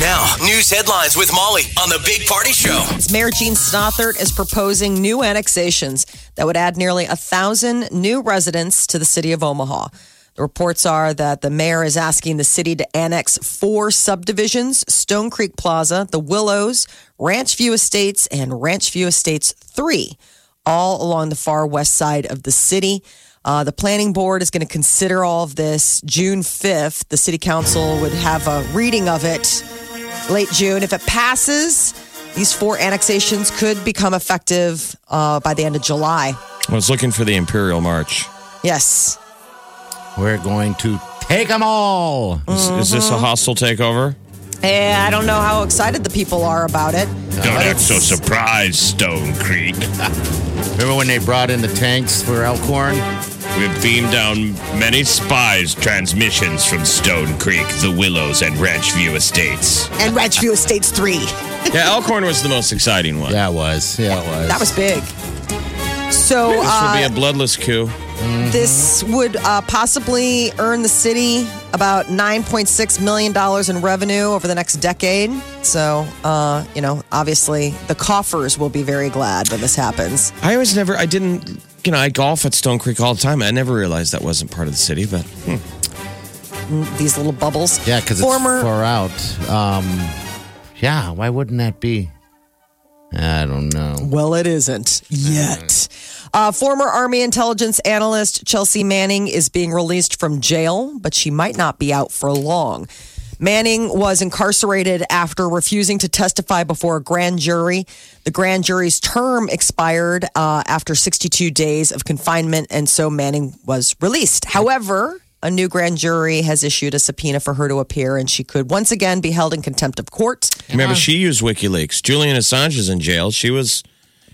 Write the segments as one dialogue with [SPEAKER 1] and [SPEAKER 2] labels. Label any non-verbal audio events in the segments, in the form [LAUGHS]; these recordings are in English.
[SPEAKER 1] Now, news headlines with Molly on the Big Party Show.
[SPEAKER 2] Mayor Gene Stothert is proposing new annexations that would add nearly a thousand new residents to the city of Omaha. The reports are that the mayor is asking the city to annex four subdivisions Stone Creek Plaza, The Willows, Ranch View Estates, and Ranch View Estates 3, all along the far west side of the city. Uh, the planning board is going to consider all of this June 5th. The city council would have a reading of it late June. If it passes, these four annexations could become effective uh, by the end of July.
[SPEAKER 3] I was looking for the Imperial March.
[SPEAKER 2] Yes.
[SPEAKER 4] We're going to take them all.
[SPEAKER 3] Is, is this
[SPEAKER 4] Mm-hmm.
[SPEAKER 3] a hostile takeover?
[SPEAKER 2] Eh, I don't know how excited the people are about it.
[SPEAKER 3] Don't act so surprised, Stone Creek.
[SPEAKER 4] Remember when they brought in the tanks for Elkhorn?
[SPEAKER 3] We've beamed down many spies' transmissions from Stone Creek, the Willows, and Ranch View Estates.
[SPEAKER 5] and Ranchview Estates 3.
[SPEAKER 3] [LAUGHS] Yeah, Elkhorn was the most exciting one.
[SPEAKER 4] Yeah, it was. Yeah, it was.
[SPEAKER 2] That was big. So
[SPEAKER 3] This would be
[SPEAKER 2] uh,
[SPEAKER 3] a bloodless coup.
[SPEAKER 2] this would uh, possibly earn the city about nine point six million dollars in revenue over the next decade. So uh, you know, obviously, the coffers will be very glad when this happens.
[SPEAKER 3] I always never, I didn't, you know, I golf at Stone Creek all the time. I never realized that wasn't part of the city, but hmm.
[SPEAKER 2] These little bubbles.
[SPEAKER 4] Yeah, because it's
[SPEAKER 2] former
[SPEAKER 4] far out. Um, yeah, why wouldn't that be? I don't know.
[SPEAKER 2] Well, it isn't yet. Uh, former Army intelligence analyst Chelsea Manning is being released from jail, but she might not be out for long. Manning was incarcerated after refusing to testify before a grand jury. The grand jury's term expired uh, after 62 days of confinement, and so Manning was released. However, a new grand jury has issued a subpoena for her to appear, and she could once again be held in contempt of court.
[SPEAKER 3] remember, she used WikiLeaks. Julian Assange is in jail. She was,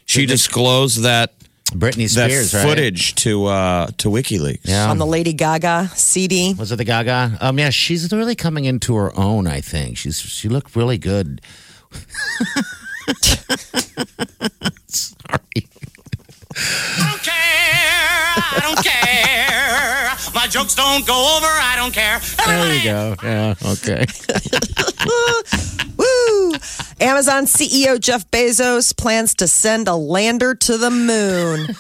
[SPEAKER 3] she disclosed that,
[SPEAKER 4] Britney
[SPEAKER 3] that
[SPEAKER 4] Spears, right?
[SPEAKER 3] footage to, uh, to WikiLeaks.
[SPEAKER 4] Yeah.
[SPEAKER 2] On the Lady Gaga CD,
[SPEAKER 4] Was it the Gaga? Um, yeah, she's really coming into her own. I think she's she looked really good. Sorry.
[SPEAKER 6] I don't care. I don't care. My jokes don't go over. I don't care.
[SPEAKER 4] There you go. Yeah. Okay.
[SPEAKER 2] Woo! Amazon CEO Jeff Bezos plans to send a lander to the
[SPEAKER 3] [LAUGHS]
[SPEAKER 2] moon.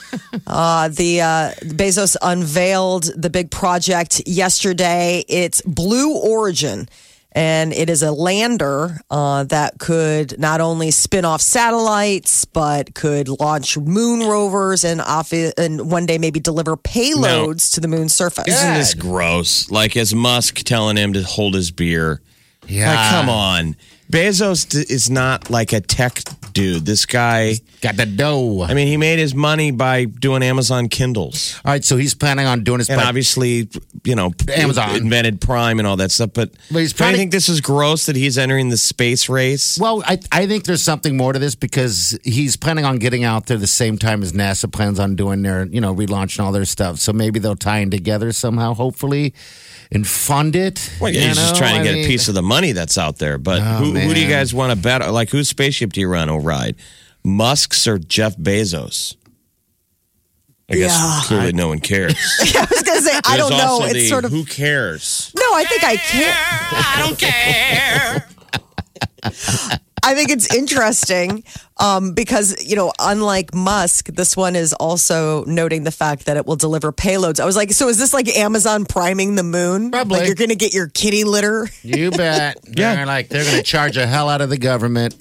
[SPEAKER 2] Uh, the uh, Bezos unveiled the big project yesterday. It's Blue Origin, and it is a lander uh, that could not only spin off satellites, but could launch moon rovers and, off- and one day maybe deliver payloads to the moon's surface.
[SPEAKER 3] Isn't this gross? Like, is Musk telling him to hold his beer?
[SPEAKER 4] Yeah.
[SPEAKER 3] Like, come on. Bezos d- is not like a tech dude. This guy,
[SPEAKER 4] Got the dough.
[SPEAKER 3] I mean, he made his money by doing Amazon Kindles.
[SPEAKER 4] All right, so he's planning on doing his.
[SPEAKER 3] And
[SPEAKER 4] bike-
[SPEAKER 3] obviously, you know,
[SPEAKER 4] Amazon.
[SPEAKER 3] invented Prime and all that stuff. But,
[SPEAKER 4] But he's
[SPEAKER 3] do you
[SPEAKER 4] probably-
[SPEAKER 3] think this is gross that he's entering the space race?
[SPEAKER 4] Well, I, I think there's something more to this because he's planning on getting out there the same time as NASA plans on doing their, you know, relaunching all their stuff. So maybe they'll tie in together somehow, hopefully, and fund it.
[SPEAKER 3] Well,
[SPEAKER 4] you
[SPEAKER 3] he's just
[SPEAKER 4] know?
[SPEAKER 3] trying to
[SPEAKER 4] I
[SPEAKER 3] get
[SPEAKER 4] mean,
[SPEAKER 3] a piece of the money that's out there.
[SPEAKER 2] Oh,
[SPEAKER 3] But who, who do you
[SPEAKER 4] man.
[SPEAKER 3] guys want to bet? Like, whose spaceship do you run or ride? Musk's or Jeff Bezos? I guess clearly no one cares.
[SPEAKER 2] [LAUGHS] I was going to say, [LAUGHS] I
[SPEAKER 3] There's
[SPEAKER 2] don't know.
[SPEAKER 3] also
[SPEAKER 2] It's
[SPEAKER 3] the
[SPEAKER 2] sort of.
[SPEAKER 3] who cares.
[SPEAKER 2] No, I think I can't.
[SPEAKER 6] I don't care.
[SPEAKER 2] I think it's interesting um, because, you know, unlike Musk, this one is also noting the fact that it will deliver payloads. I was like, so is this like Amazon priming the moon?
[SPEAKER 4] Probably.
[SPEAKER 2] Like you're going to get your kitty litter?
[SPEAKER 3] [LAUGHS]
[SPEAKER 4] You bet.
[SPEAKER 3] Yeah.
[SPEAKER 4] They're like they're going to charge a hell out of the government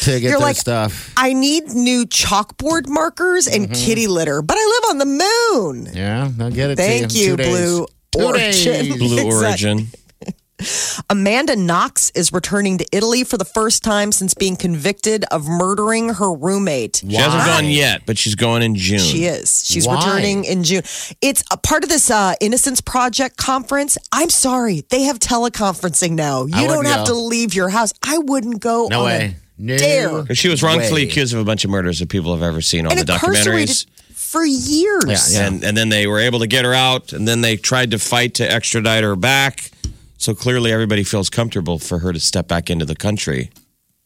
[SPEAKER 4] to get
[SPEAKER 2] You're
[SPEAKER 4] their
[SPEAKER 2] like-
[SPEAKER 4] stuff.
[SPEAKER 2] I need new chalkboard markers and kitty litter, but I live on the moon.
[SPEAKER 4] Yeah, they'll get it. to
[SPEAKER 2] Thank
[SPEAKER 4] you,
[SPEAKER 2] you,
[SPEAKER 4] in two days.
[SPEAKER 2] Blue
[SPEAKER 4] Two
[SPEAKER 2] Origin.
[SPEAKER 4] days.
[SPEAKER 3] Blue
[SPEAKER 2] Exactly.
[SPEAKER 3] Origin.
[SPEAKER 2] Amanda Knox is returning to Italy for the first time since being convicted of murdering her roommate.
[SPEAKER 3] She hasn't gone yet, but she's going in June.
[SPEAKER 2] She is. She's
[SPEAKER 4] Why?
[SPEAKER 2] returning in June. It's a part of this uh, Innocence Project conference. I'm sorry, they have teleconferencing now.
[SPEAKER 4] I
[SPEAKER 2] You don't
[SPEAKER 4] wouldn't
[SPEAKER 2] have to
[SPEAKER 4] go.
[SPEAKER 2] leave your house. I wouldn't go.
[SPEAKER 4] [LAUGHS] No
[SPEAKER 2] on
[SPEAKER 4] way.
[SPEAKER 2] A
[SPEAKER 4] No.
[SPEAKER 2] dare.
[SPEAKER 3] She was wrongfully
[SPEAKER 4] Way.
[SPEAKER 3] accused of a bunch of murders that people have ever seen on
[SPEAKER 2] And
[SPEAKER 3] the documentaries.
[SPEAKER 2] incarcerated for years.
[SPEAKER 3] And, and then they were able to get her out, and then they tried to fight to extradite her back. So clearly, everybody feels comfortable for her to step back into the country.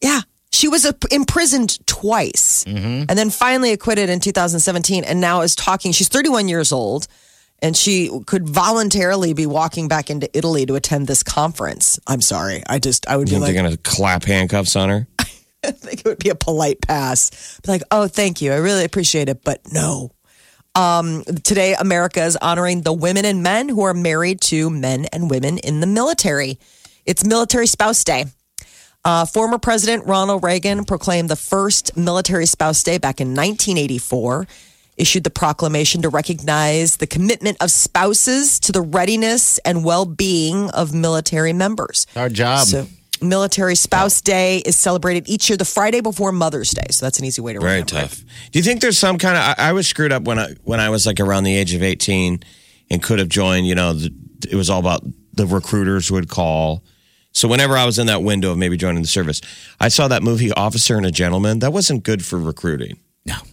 [SPEAKER 2] Yeah. She was uh, imprisoned twice
[SPEAKER 4] Mm-hmm.
[SPEAKER 2] and then finally acquitted in 2017 and now is talking. She's 31 years old and she could voluntarily be walking back into Italy to attend this conference. I'm sorry. I just, I would be
[SPEAKER 3] You think
[SPEAKER 2] like,
[SPEAKER 3] they're going to clap handcuffs on her?
[SPEAKER 2] [LAUGHS] I think it would be a polite pass. Be like, oh, thank you. I really appreciate it, but no. Um, today, America is honoring the women and men who are married to men and women in the military. It's Military Spouse Day. Uh, former President Ronald Reagan proclaimed the first Military Spouse Day back in 1984, issued the proclamation to recognize the commitment of spouses to the readiness and well being of military members.
[SPEAKER 4] Our
[SPEAKER 3] Um,
[SPEAKER 4] job.
[SPEAKER 2] So, Military Spouse Day is celebrated each year the Friday before Mother's Day. So that's an easy way to
[SPEAKER 3] Very
[SPEAKER 2] remember. it.
[SPEAKER 3] tough. Do you think there's some kind of? I, I was screwed up when I when I was like around the age of eighteen, and could have joined. You know, the, it was all about the recruiters would call. So whenever I was in that window of maybe joining the service, I saw that movie Officer and a Gentleman. That wasn't good for recruiting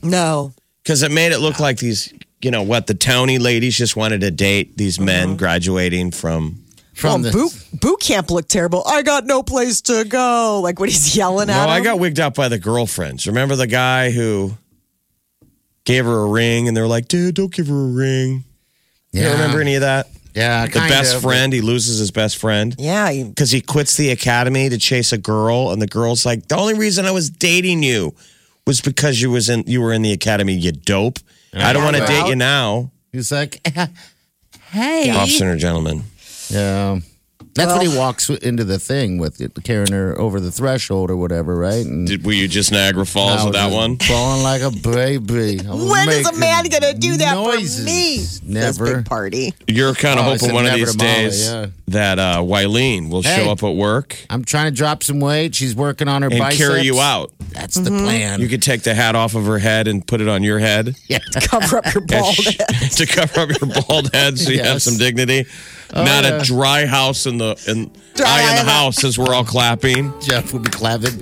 [SPEAKER 2] No.
[SPEAKER 3] because it made it look like these. You know what? The towny ladies just wanted to date these
[SPEAKER 2] Uh-huh.
[SPEAKER 3] men graduating from.
[SPEAKER 4] From
[SPEAKER 2] well,
[SPEAKER 4] the,
[SPEAKER 2] Oh, boot, boot camp looked terrible. I got no place to go. Like when he's yelling at
[SPEAKER 3] No, I
[SPEAKER 2] him.
[SPEAKER 3] got wigged out by the girlfriends. Remember the guy who gave her a ring, and they were like, "Dude, don't give her a ring."
[SPEAKER 4] yeah,
[SPEAKER 3] You don't remember any of that?
[SPEAKER 4] Yeah,
[SPEAKER 3] the
[SPEAKER 4] kind
[SPEAKER 3] best
[SPEAKER 4] of.
[SPEAKER 3] friend. He loses his best friend
[SPEAKER 2] yeah. he-
[SPEAKER 3] because he quits the academy to chase a girl, and the girl's like, "The only reason I was dating you was because you was in you were in the academy. You dope. I don't want to date you now,
[SPEAKER 4] He's like, [LAUGHS] hey.
[SPEAKER 3] officer or gentleman."
[SPEAKER 4] Yeah. That's when he
[SPEAKER 2] Well-
[SPEAKER 4] walks into the thing with it, carrying her over the threshold or whatever, right? And
[SPEAKER 3] Did, were you just Niagara Falls
[SPEAKER 4] I
[SPEAKER 3] with
[SPEAKER 4] was
[SPEAKER 3] that
[SPEAKER 4] just
[SPEAKER 3] one?
[SPEAKER 4] Falling like a baby.
[SPEAKER 2] When is a man gonna do that
[SPEAKER 4] noises.
[SPEAKER 2] for me? This
[SPEAKER 4] Never.
[SPEAKER 2] big party. [LAUGHS]
[SPEAKER 3] You're kind of
[SPEAKER 4] Oh, I
[SPEAKER 3] hoping
[SPEAKER 4] said
[SPEAKER 3] one of
[SPEAKER 4] never
[SPEAKER 3] these
[SPEAKER 4] to Molly,
[SPEAKER 3] days
[SPEAKER 4] yeah.
[SPEAKER 3] that uh, Wileen will
[SPEAKER 4] Hey.
[SPEAKER 3] show up at work
[SPEAKER 4] I'm trying to drop some weight. She's working on her
[SPEAKER 3] and
[SPEAKER 4] biceps.
[SPEAKER 3] carry you out.
[SPEAKER 4] That's the
[SPEAKER 2] Mm-hmm.
[SPEAKER 4] plan.
[SPEAKER 3] You could take the hat off of her head and put it on your head.
[SPEAKER 4] [LAUGHS]
[SPEAKER 2] Cover
[SPEAKER 3] [LAUGHS]
[SPEAKER 2] up your bald
[SPEAKER 3] sh-
[SPEAKER 2] head.
[SPEAKER 3] to cover up your bald head so you have
[SPEAKER 4] Yes.
[SPEAKER 3] some dignity. Not a dry house in the in
[SPEAKER 2] Dry
[SPEAKER 3] eye in the
[SPEAKER 2] eye.
[SPEAKER 3] house as we're all clapping.
[SPEAKER 4] Jeff will be clapping.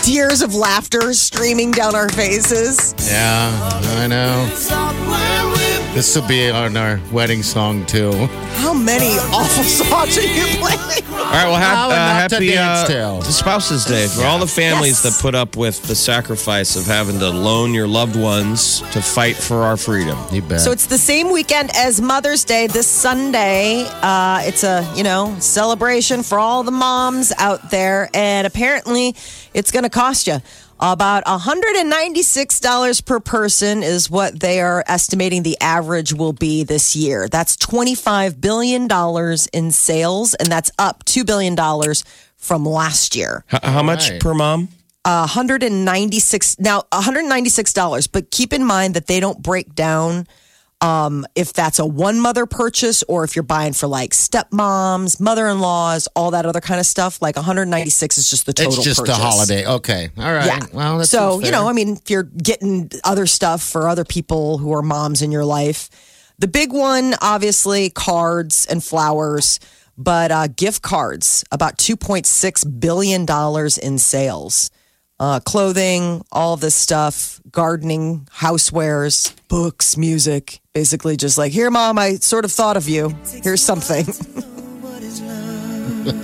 [SPEAKER 2] Tears of laughter streaming down our faces.
[SPEAKER 4] Yeah, I know. This will be on our wedding song too.
[SPEAKER 2] How many awful songs are you playing?
[SPEAKER 3] All right, well, hap-
[SPEAKER 4] Now
[SPEAKER 3] uh,
[SPEAKER 4] enough to
[SPEAKER 3] happy
[SPEAKER 4] dance
[SPEAKER 3] uh,
[SPEAKER 4] till.
[SPEAKER 3] Spouses Day for all the
[SPEAKER 2] Yes.
[SPEAKER 3] families that put up with the sacrifice of having to loan your loved ones to fight for our freedom.
[SPEAKER 4] You bet.
[SPEAKER 2] So it's the same weekend as Mother's Day this Sunday. Uh, it's a you know celebration for all the moms out there, and apparently it's going to cost you about $196 per person is what they are estimating the average will be this year. That's $25 billion in sales, and that's up $2 billion from last year.
[SPEAKER 3] H- how much
[SPEAKER 4] right.
[SPEAKER 3] per mom?
[SPEAKER 2] 196 now $196 but keep in mind that they don't break down um, if that's a one mother purchase or if you're buying for like stepmoms mother-in-laws all that other kind of stuff like 196 is just the total
[SPEAKER 4] it's just
[SPEAKER 2] purchase.
[SPEAKER 4] the holiday. Okay. All right.
[SPEAKER 2] yeah
[SPEAKER 4] Well, that's
[SPEAKER 2] so you know i mean if you're getting other stuff for other people who are moms in your life the big one obviously cards and flowers but uh, gift cards about 2.6 billion dollars in sales uh, clothing, all of this stuff, gardening, housewares, books, music. Basically, just like, here, mom, I sort of thought of you. Here's something. [LAUGHS]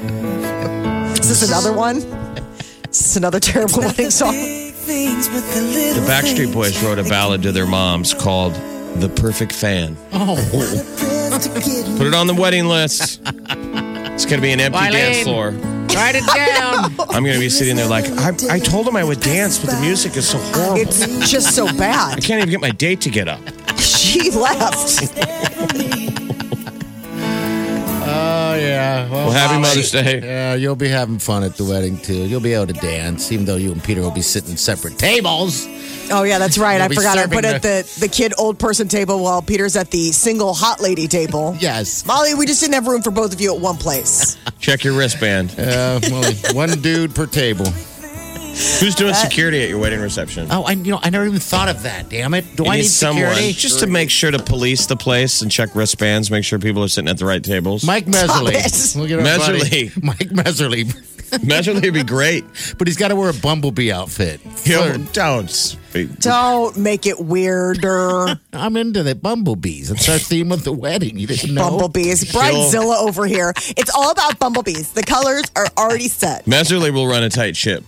[SPEAKER 2] Is this another one? Is this another [LAUGHS] terrible wedding song?
[SPEAKER 3] The Backstreet Boys wrote a ballad to their moms called "The Perfect Fan."
[SPEAKER 4] Oh,
[SPEAKER 3] [LAUGHS] Put it on the wedding list. It's going to be an empty dance
[SPEAKER 4] Wileen.
[SPEAKER 3] floor.
[SPEAKER 4] write it down.
[SPEAKER 3] I'm going to be sitting there like, I, I told him I would dance, but the music is so
[SPEAKER 4] Oh.
[SPEAKER 3] horrible.
[SPEAKER 2] It's just so
[SPEAKER 3] I
[SPEAKER 4] [LAUGHS]
[SPEAKER 2] bad.
[SPEAKER 3] can't even get my date to get up.
[SPEAKER 2] She left.
[SPEAKER 4] Oh Oh yeah.
[SPEAKER 3] Well, happy Mother's Day.
[SPEAKER 4] Yeah, you'll be having fun at the wedding too. You'll be able to dance, even though you and Peter will be sitting separate tables.
[SPEAKER 5] Oh yeah, that's right.
[SPEAKER 4] You'll
[SPEAKER 5] I
[SPEAKER 4] be
[SPEAKER 5] forgot. I
[SPEAKER 4] serving
[SPEAKER 5] put at the the kid old person table while Peter's at the single hot
[SPEAKER 4] [LAUGHS]
[SPEAKER 5] lady table.
[SPEAKER 4] Yes.
[SPEAKER 5] Molly, we just didn't have room for both of you at
[SPEAKER 4] [LAUGHS]
[SPEAKER 5] one place.
[SPEAKER 3] Check your wristband.
[SPEAKER 4] Uh, well, one dude per table.
[SPEAKER 3] Who's doing security at your wedding reception?
[SPEAKER 4] Oh, I you know I never even thought of that. Damn it! Do
[SPEAKER 3] You
[SPEAKER 4] I need
[SPEAKER 3] someone
[SPEAKER 4] security?
[SPEAKER 3] just to make sure to police the place and check wristbands, make sure people are sitting at the right tables. [LAUGHS]
[SPEAKER 4] Mike
[SPEAKER 5] it.
[SPEAKER 4] Messerly. Look at our buddy.
[SPEAKER 3] Messerly.
[SPEAKER 4] Mike Messerly. [LAUGHS]
[SPEAKER 3] Imagine it'd be great.
[SPEAKER 4] But he's got to wear a bumblebee outfit.
[SPEAKER 3] He'll- Don't. be-
[SPEAKER 5] Don't make
[SPEAKER 4] [LAUGHS]
[SPEAKER 5] it weirder.
[SPEAKER 4] I'm into the bumblebees. It's our theme of the wedding. You didn't know.
[SPEAKER 5] Bumblebees, Bridezilla over here. It's all about bumblebees. The colors are already set.
[SPEAKER 3] Messerly will run a tight ship.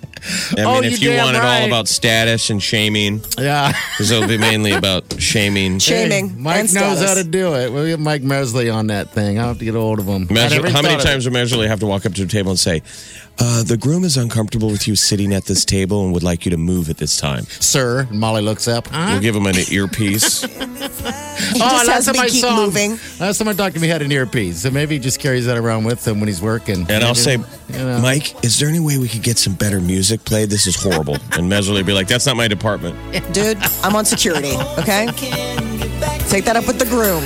[SPEAKER 3] I mean,
[SPEAKER 4] Oh,
[SPEAKER 3] if you
[SPEAKER 4] you're damn
[SPEAKER 3] want it all
[SPEAKER 4] right.
[SPEAKER 3] about status and shaming,
[SPEAKER 4] Yeah.
[SPEAKER 3] because it'll be mainly about shaming.
[SPEAKER 5] Shaming.
[SPEAKER 4] Mike
[SPEAKER 5] and
[SPEAKER 4] knows
[SPEAKER 5] status.
[SPEAKER 4] how to do it. We'll get Mike Mesley on that thing. I'll have to get a hold of him. I
[SPEAKER 3] Measure-
[SPEAKER 4] never
[SPEAKER 3] how many
[SPEAKER 4] thought of it.
[SPEAKER 3] times would Messerly have to walk up to the table and say, uh, "The groom is uncomfortable with you sitting at this table and would like you to move at this time"?
[SPEAKER 4] Sir, and Molly looks up. Huh?
[SPEAKER 3] We'll give him an
[SPEAKER 4] [LAUGHS]
[SPEAKER 3] earpiece.
[SPEAKER 4] oh,
[SPEAKER 5] just has me keep moving.
[SPEAKER 4] Last time I talked to him, he had an earpiece. So maybe he just carries that around with him when he's working.
[SPEAKER 3] And I'll say,
[SPEAKER 4] know.
[SPEAKER 3] Mike, is there any way we could get some better music played? This is horrible. and Meserly would be like, that's not my department.
[SPEAKER 5] Dude, I'm on security, okay? Take that up with the groom.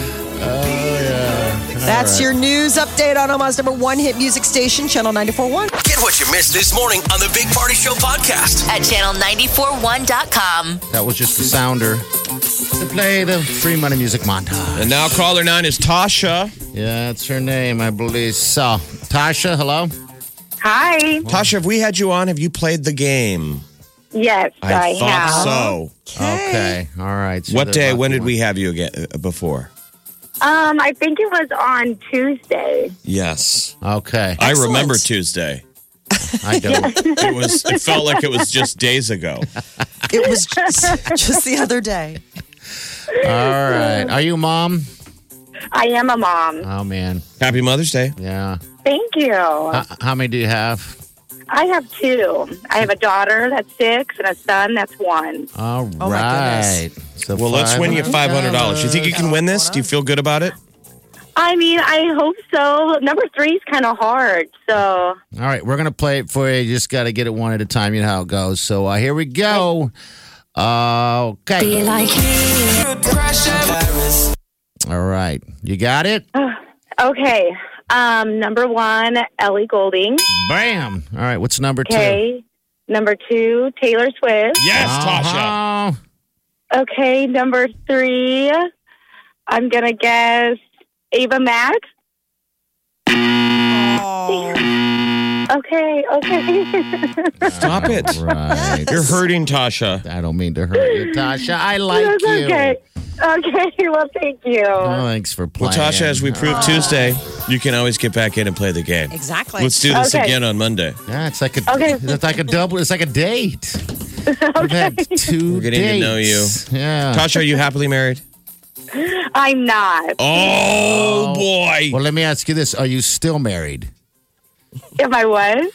[SPEAKER 4] That's
[SPEAKER 5] It's your news update on Omaha's number one hit music station, Channel 941.
[SPEAKER 1] Get what you missed this morning on the Big Party Show podcast.
[SPEAKER 7] at channel941.com.
[SPEAKER 4] That was just the sounder to play the free money music montage.
[SPEAKER 3] And now caller nine is Tasha.
[SPEAKER 4] Yeah, that's her name, I believe. So, Tasha, hello.
[SPEAKER 8] Hi.
[SPEAKER 3] Tasha, have we had you on? Have you played the game?
[SPEAKER 8] Yes, I, have.
[SPEAKER 3] so.
[SPEAKER 4] Okay. All right. So
[SPEAKER 3] What
[SPEAKER 4] they're
[SPEAKER 3] day?
[SPEAKER 4] lucky
[SPEAKER 3] When did
[SPEAKER 4] ones.
[SPEAKER 3] we have you again uh, before?
[SPEAKER 8] Um, I think it was on Tuesday.
[SPEAKER 3] Yes. [LAUGHS]
[SPEAKER 4] Okay.
[SPEAKER 3] I remember Tuesday.
[SPEAKER 4] I don't.
[SPEAKER 3] It was it felt like it was just days
[SPEAKER 4] [LAUGHS]
[SPEAKER 3] ago.
[SPEAKER 2] It was just, just the other day.
[SPEAKER 4] All right. Are you a mom?
[SPEAKER 8] I am a mom.
[SPEAKER 4] Oh, man.
[SPEAKER 3] Happy Mother's Day.
[SPEAKER 4] Yeah.
[SPEAKER 8] Thank you.
[SPEAKER 4] How, how many do you have?
[SPEAKER 8] I have two. I have a daughter that's six and a son that's one.
[SPEAKER 4] All right.
[SPEAKER 5] Oh,
[SPEAKER 4] So
[SPEAKER 3] Well, let's win you five hundred dollars. You think you can win this? Do you feel good about it?
[SPEAKER 8] I mean, I hope so. Number three is kind of hard. So,
[SPEAKER 4] All right, we're gonna play it for you. You just got to get it one at a time. You know how it goes. So uh, here we go. Uh, okay. All right. You got it.
[SPEAKER 8] Uh. okay. Um, number one, Ellie Golding.
[SPEAKER 4] Bam. All right. What's number two?
[SPEAKER 8] Okay. Number two, Taylor Swift.
[SPEAKER 3] Yes, Tasha.
[SPEAKER 4] Uh-huh.
[SPEAKER 8] Okay. Number three, I'm going to guess Ava Max. Okay. Okay. [LAUGHS]
[SPEAKER 3] Stop it.
[SPEAKER 4] Right.
[SPEAKER 3] You're hurting Tasha.
[SPEAKER 4] I don't mean to hurt you, Tasha. I like
[SPEAKER 8] That's
[SPEAKER 4] you.
[SPEAKER 8] okay. Okay. [LAUGHS] Well, thank you.
[SPEAKER 4] Oh, thanks for
[SPEAKER 3] Well,
[SPEAKER 4] playing.
[SPEAKER 3] Tasha, as we
[SPEAKER 4] All
[SPEAKER 3] proved Tuesday, you can always get back in and play the game.
[SPEAKER 2] Exactly.
[SPEAKER 3] Let's do this
[SPEAKER 8] Okay.
[SPEAKER 3] again on Monday.
[SPEAKER 4] Yeah, it's like a
[SPEAKER 8] Okay.
[SPEAKER 4] it's like a double. It's like a
[SPEAKER 8] [LAUGHS]
[SPEAKER 4] date. We've had 2
[SPEAKER 3] We're getting to know you.
[SPEAKER 4] dates. Yeah.
[SPEAKER 3] Tasha, are you happily married?
[SPEAKER 8] I'm not.
[SPEAKER 3] [LAUGHS] Oh, boy.
[SPEAKER 4] Well, let me ask you this: Are you still married?
[SPEAKER 8] Am I was?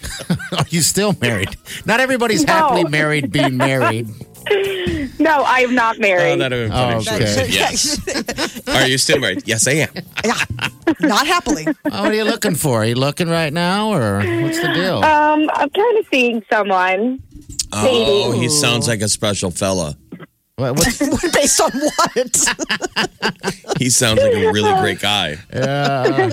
[SPEAKER 4] Are you still married? Not everybody's
[SPEAKER 8] No.
[SPEAKER 4] happily married being married.
[SPEAKER 8] No, I am not
[SPEAKER 3] Oh,
[SPEAKER 8] married.
[SPEAKER 3] that would have been funny.
[SPEAKER 4] Okay.
[SPEAKER 3] Sure. Yes. Are you still married? Yes, I am.
[SPEAKER 5] Not happily. [LAUGHS]
[SPEAKER 4] Oh, what are you looking for? Are you looking right now, or what's the deal?
[SPEAKER 8] um, I'm kind of seeing someone.
[SPEAKER 3] Oh, he sounds like a special fella.
[SPEAKER 4] What, what's,
[SPEAKER 5] Based on what?
[SPEAKER 3] He sounds like a [LAUGHS] really great guy.
[SPEAKER 4] yeah.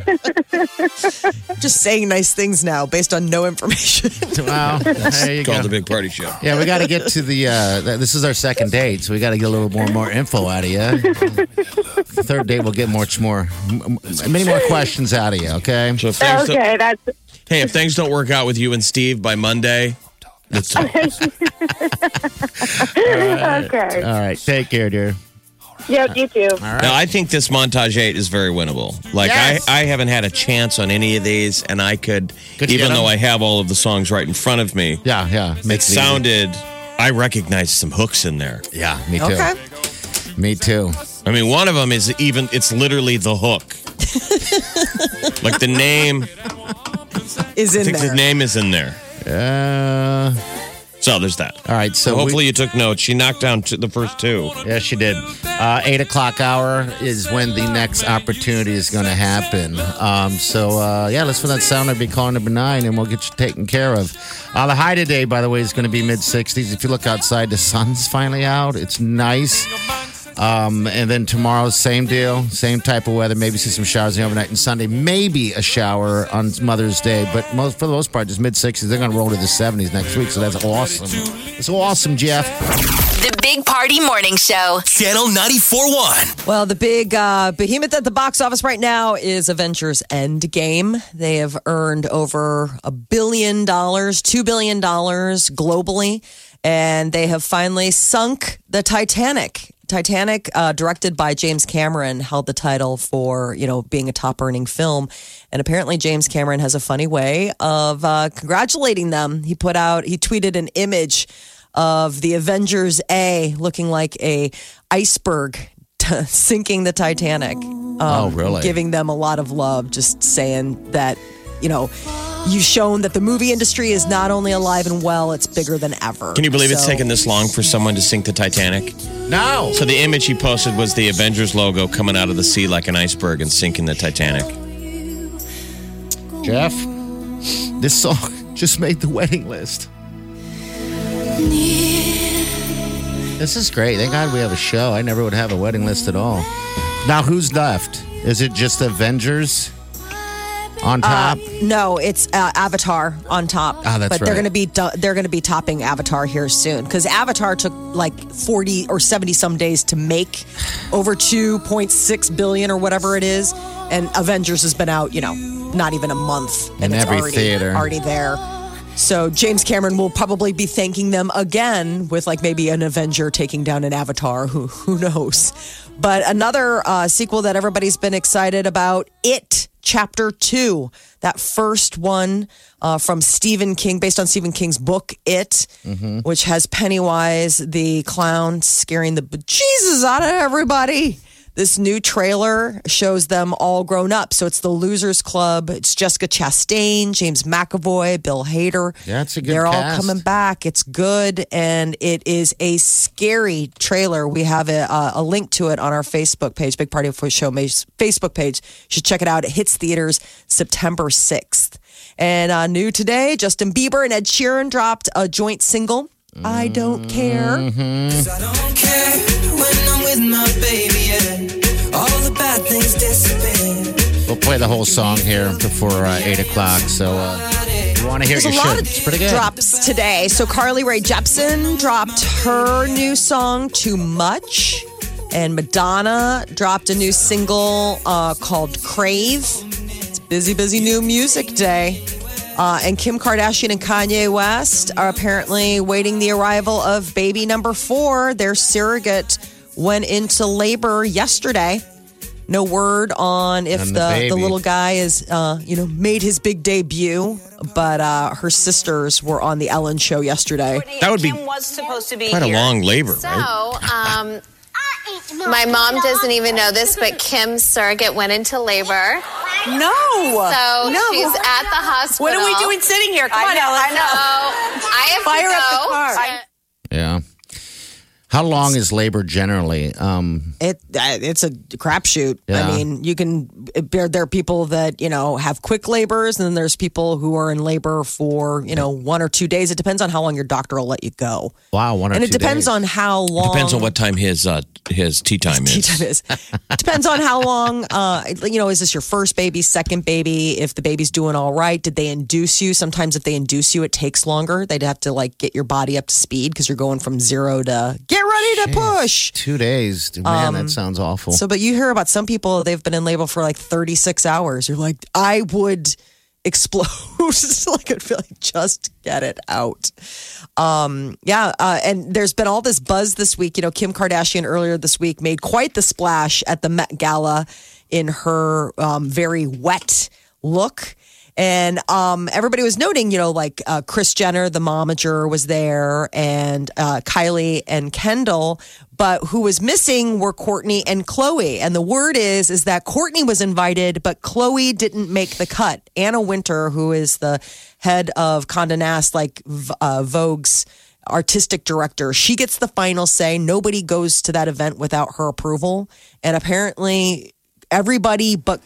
[SPEAKER 5] Just saying nice things now based on no information.
[SPEAKER 4] Well, there you
[SPEAKER 3] Called
[SPEAKER 4] go.
[SPEAKER 3] the Big Party Show.
[SPEAKER 4] Yeah, we got to get to the. Uh, th- this is our second date, so we got to get a little more more info out of you. Third date, we'll get much more, m- m- many more questions out of you. Okay.
[SPEAKER 3] So if things don't-
[SPEAKER 8] Okay, that's
[SPEAKER 3] hey, if things don't work out with you and Steve by Monday, let's talk.
[SPEAKER 8] [LAUGHS] okay.
[SPEAKER 4] All right. Take care, dear.
[SPEAKER 8] Yep, you too.
[SPEAKER 3] Now, I think this montage eight is very winnable. Like,
[SPEAKER 4] Yes.
[SPEAKER 3] I, I haven't had a chance on any of these, and I could,
[SPEAKER 4] Could you
[SPEAKER 3] even
[SPEAKER 4] get 'em?
[SPEAKER 3] though I have all of the songs right in front of me,
[SPEAKER 4] Yeah, yeah.
[SPEAKER 3] it
[SPEAKER 4] Makes it easy.
[SPEAKER 3] sounded, I recognized some hooks in there.
[SPEAKER 4] Yeah, me too.
[SPEAKER 5] Okay.
[SPEAKER 4] Me too.
[SPEAKER 3] I mean, one of them is even, it's literally the
[SPEAKER 4] [LAUGHS]
[SPEAKER 3] hook. like, the name,
[SPEAKER 5] Is
[SPEAKER 3] I
[SPEAKER 5] in
[SPEAKER 3] think the
[SPEAKER 5] there.
[SPEAKER 3] name is in there.
[SPEAKER 4] Uh,
[SPEAKER 3] So there's that.
[SPEAKER 4] All right, so
[SPEAKER 3] So
[SPEAKER 4] we-
[SPEAKER 3] hopefully you took notes. She knocked down t- the first two.
[SPEAKER 4] Yeah, she did. Uh, eight o'clock hour is when the next opportunity is going to happen. Um, so, uh, yeah, let's put that sound. I'll be calling number nine and we'll get you taken care of. Uh, the high today, by the way, is going to be mid 60s. If you look outside, the sun's finally out. It's nice. Um, and then tomorrow, same deal, same type of weather. Maybe see some showers in the overnight and Sunday. Maybe a shower on Mother's Day, but most for the most part, just mid 60s. They're going to roll to the 70s next week, so that's awesome. It's awesome, Jeff.
[SPEAKER 7] The Big Party Morning Show.
[SPEAKER 1] Channel 94.1.
[SPEAKER 2] Well, the big uh, behemoth at the box office right now is Avengers Endgame. They have earned over a billion dollars, two billion dollars globally, and they have finally sunk the Titanic. Titanic, uh, directed by James Cameron, held the title for you know being a top earning film, and apparently James Cameron has a funny way of uh, congratulating them. He put out, he tweeted an image of the Avengers A looking like a iceberg t- sinking the Titanic. Um,
[SPEAKER 4] Oh, really?
[SPEAKER 2] Giving them a lot of love, just saying that, you know, you've shown that the movie industry is not only alive and well, it's bigger than ever.
[SPEAKER 3] Can you believe it's
[SPEAKER 2] So-
[SPEAKER 3] taken this long for someone to sink the Titanic?
[SPEAKER 4] No.
[SPEAKER 3] So the image he posted was the Avengers logo coming out of the sea like an iceberg and sinking the Titanic.
[SPEAKER 4] Jeff, this song [LAUGHS] just made the wedding list. This is great. Thank God we have a show. I never would have a wedding list at all. Now, who's left? Is it just Avengers on
[SPEAKER 2] Uh,
[SPEAKER 4] top?
[SPEAKER 2] No, it's uh, Avatar on top.
[SPEAKER 4] Ah, that's
[SPEAKER 2] but they're
[SPEAKER 4] right.
[SPEAKER 2] going to be do- they're going to be topping Avatar here soon because Avatar took like forty or seventy some days to make, over two point six billion or whatever it is, and Avengers has been out you know not even a month and
[SPEAKER 4] In
[SPEAKER 2] it's
[SPEAKER 4] every
[SPEAKER 2] already,
[SPEAKER 4] theater.
[SPEAKER 2] already there. So James Cameron will probably be thanking them again with like maybe an Avenger taking down an Avatar. Who who knows? But another uh, sequel that everybody's been excited about, It Chapter Two, that first one uh, from Stephen King, based on Stephen King's book It,
[SPEAKER 4] Mm-hmm.
[SPEAKER 2] which has Pennywise the clown scaring the Jesus out of everybody. This new trailer shows them all grown up. So it's the Losers Club. It's Jessica Chastain, James McAvoy, Bill Hader.
[SPEAKER 4] Yeah, it's a good
[SPEAKER 2] They're
[SPEAKER 4] cast.
[SPEAKER 2] all coming back. It's good, and it is a scary trailer. We have a, uh, a, a link to it on our Facebook page, Big Party Foot Show Mace- Facebook page. You should check it out. It hits theaters September 6th. And uh, new today, Justin Bieber and Ed Sheeran dropped a joint single, I Don't Care.
[SPEAKER 4] Mm. We'll play the whole song here before uh, 8 o'clock. So uh, you want to hear it, you
[SPEAKER 2] There's a lot
[SPEAKER 4] should.
[SPEAKER 2] of
[SPEAKER 4] It's pretty good.
[SPEAKER 2] drops today. So Carly Rae Jepsen dropped her new song "Too Much," and Madonna dropped a new single uh, called "Crave." It's busy, busy new music day. Uh, and Kim Kardashian and Kanye West are apparently waiting the arrival of baby number four. Their surrogate went into labor yesterday. No word on if
[SPEAKER 4] And
[SPEAKER 2] the,
[SPEAKER 4] the
[SPEAKER 2] the,
[SPEAKER 4] baby.
[SPEAKER 2] little guy is, uh, you know, made his big debut. But uh, her sisters were on the Ellen show yesterday.
[SPEAKER 3] That would be
[SPEAKER 9] Kim was supposed to be
[SPEAKER 3] Quite a
[SPEAKER 9] here.
[SPEAKER 3] long labor,
[SPEAKER 10] So,
[SPEAKER 3] right?
[SPEAKER 10] um, my mom doesn't even know this, but Kim's surrogate went into labor.
[SPEAKER 9] No.
[SPEAKER 10] So
[SPEAKER 9] no.
[SPEAKER 10] Oh, she's at the hospital.
[SPEAKER 9] What are we doing sitting here? Come
[SPEAKER 10] I
[SPEAKER 9] on,
[SPEAKER 10] know,
[SPEAKER 9] Ellen.
[SPEAKER 10] I know. I have
[SPEAKER 9] Fire
[SPEAKER 10] to
[SPEAKER 9] up
[SPEAKER 10] go.
[SPEAKER 9] the car.
[SPEAKER 10] to-
[SPEAKER 4] Yeah. How long is labor generally? Um,
[SPEAKER 2] It uh, it's a crapshoot.
[SPEAKER 4] Yeah.
[SPEAKER 2] I mean, you can there there are people that you know have quick labors, and then there's people who are in labor for you know one or two days. It depends on how long your doctor will let you go,
[SPEAKER 4] wow, one or
[SPEAKER 2] and it
[SPEAKER 4] two
[SPEAKER 2] depends
[SPEAKER 4] days.
[SPEAKER 2] on how long.
[SPEAKER 3] Depends on
[SPEAKER 2] [LAUGHS]
[SPEAKER 3] what time his uh, his tea time is.
[SPEAKER 2] Tea time is. Depends on how long, uh, you know, is this your first baby, second baby? If the baby's doing all right, did they induce you? Sometimes if they induce you, it takes longer. They'd have to like get your body up to speed because you're going from zero to get ready to push.
[SPEAKER 4] Two days. Man, that sounds awful.
[SPEAKER 2] um, So, but you hear about some people, they've been in labor for like 36 hours. You're like, I would [LAUGHS] explode. It's like, I'd feel like, just get it out. Um, yeah. Uh, and there's been all this buzz this week. You know, Kim Kardashian earlier this week made quite the splash at the Met Gala in her um, very wet look. And um, everybody was noting, you know, like uh, Chris Jenner, the momager, was there, and uh, Kylie and Kendall. But who was missing were Courtney and Chloe. And the word is is that Courtney was invited, but Chloe didn't make the cut. Anna Winter, who is the head of Condé Nast, like V- uh, Vogue's artistic director. She gets the final say. Nobody goes to that event without her approval. And apparently, everybody but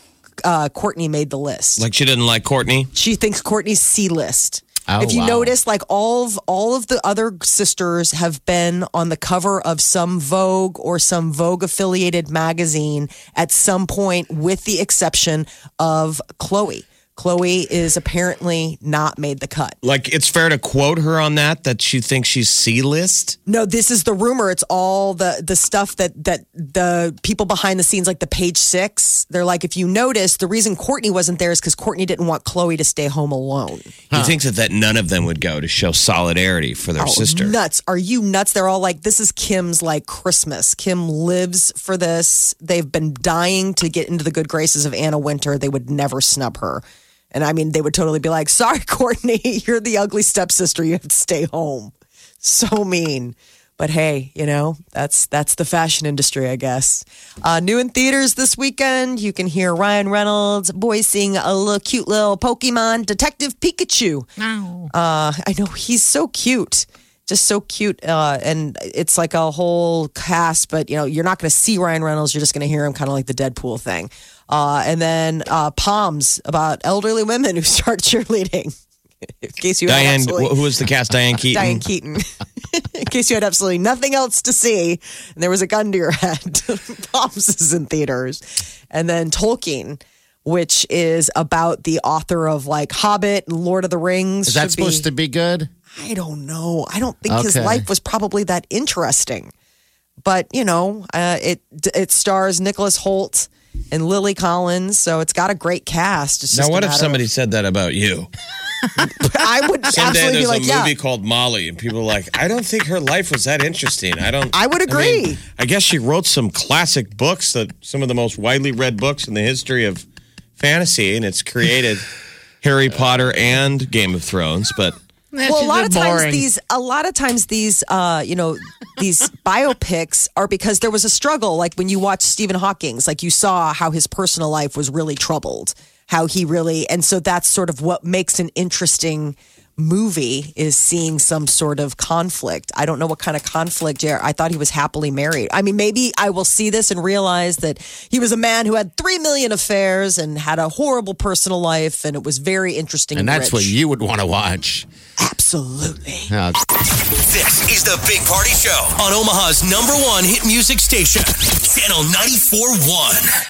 [SPEAKER 2] uh, Courtney made the list.
[SPEAKER 3] Like she didn't like Courtney.
[SPEAKER 2] She thinks Courtney's C list.
[SPEAKER 3] Oh,
[SPEAKER 2] if you
[SPEAKER 3] wow.
[SPEAKER 2] notice, like all of all of the other sisters have been on the cover of some Vogue or some Vogue affiliated magazine at some point, with the exception of Chloe. Chloe is apparently not made the cut.
[SPEAKER 3] Like it's fair to quote her on that that she thinks she's C list.
[SPEAKER 2] No, this is the rumor. It's all the the stuff that that the people behind the scenes, like the Page Six, they're like, if you notice, the reason Courtney wasn't there is because Courtney didn't want Chloe to stay home alone.
[SPEAKER 3] You think that, that none of them would go to show solidarity for their
[SPEAKER 2] Oh,
[SPEAKER 3] sister.
[SPEAKER 2] Nuts. Are you nuts? They're all like, this is Kim's like Christmas. Kim lives for this. They've been dying to get into the good graces of Anna Winter. They would never snub her. And I mean, they would totally be like, sorry, [LAUGHS] Courtney, you're the ugly stepsister. You have to stay home. So mean. But hey, you know, that's that's the fashion industry, I guess. Uh, new in theaters this weekend, you can hear Ryan Reynolds voicing a little cute little Pokemon Detective Pikachu. Uh, I know he's so cute, just so cute, uh, and it's like a whole cast. But you know, you're not going to see Ryan Reynolds. You're just going to hear him, kind of like the Deadpool thing. Uh, and then uh, Palms about elderly women who start [LAUGHS] cheerleading. In case you had
[SPEAKER 3] Diane,
[SPEAKER 2] absolutely-
[SPEAKER 3] wh- who mm. was the cast? Diane Keaton.
[SPEAKER 2] Diane Keaton. [LAUGHS] in case you had absolutely nothing else to see, and there was a gun to your head, [LAUGHS] Pops is in theaters, and then Tolkien, which is about the author of like Hobbit and Lord of the Rings.
[SPEAKER 4] Is that
[SPEAKER 2] Should
[SPEAKER 4] supposed to be good?
[SPEAKER 2] I don't know. I don't think his
[SPEAKER 4] Okay.
[SPEAKER 2] life was probably that interesting. But you know, uh, it it stars Nicholas Holt and Lily Collins, so it's got a great cast. It's
[SPEAKER 3] Now,
[SPEAKER 2] just a
[SPEAKER 3] what if
[SPEAKER 2] matter of-
[SPEAKER 3] somebody said that about you?
[SPEAKER 2] [LAUGHS] I would
[SPEAKER 3] [LAUGHS] Someday
[SPEAKER 2] absolutely
[SPEAKER 3] there's
[SPEAKER 2] be like,
[SPEAKER 3] a
[SPEAKER 2] yeah.
[SPEAKER 3] movie called Molly, and people are like, I don't think her life was that interesting. I don't.
[SPEAKER 2] I would
[SPEAKER 3] mean,
[SPEAKER 2] agree.
[SPEAKER 3] I guess she wrote some classic books, that some of the most widely read books in the history of fantasy, and it's created Harry Potter and Game of Thrones. But
[SPEAKER 2] well, a lot of times these, a lot of times these, uh, you know,
[SPEAKER 4] [LAUGHS]
[SPEAKER 2] these biopics are because there was a struggle. Like when you watch Stephen Hawking's, like you saw how his personal life was really troubled, how he really, and so that's sort of what makes an interesting movie is seeing some sort of conflict. I don't know what kind of conflict. Jer- I thought he was happily married. I mean, maybe I will see this and realize that he was a man who had three million affairs and had a horrible personal life, and it was very interesting.
[SPEAKER 4] And that's
[SPEAKER 2] rich.
[SPEAKER 4] what you would want to watch.
[SPEAKER 2] Absolutely.
[SPEAKER 4] Uh,
[SPEAKER 1] This is the Big Party Show on Omaha's number one hit music station, Channel 94.1.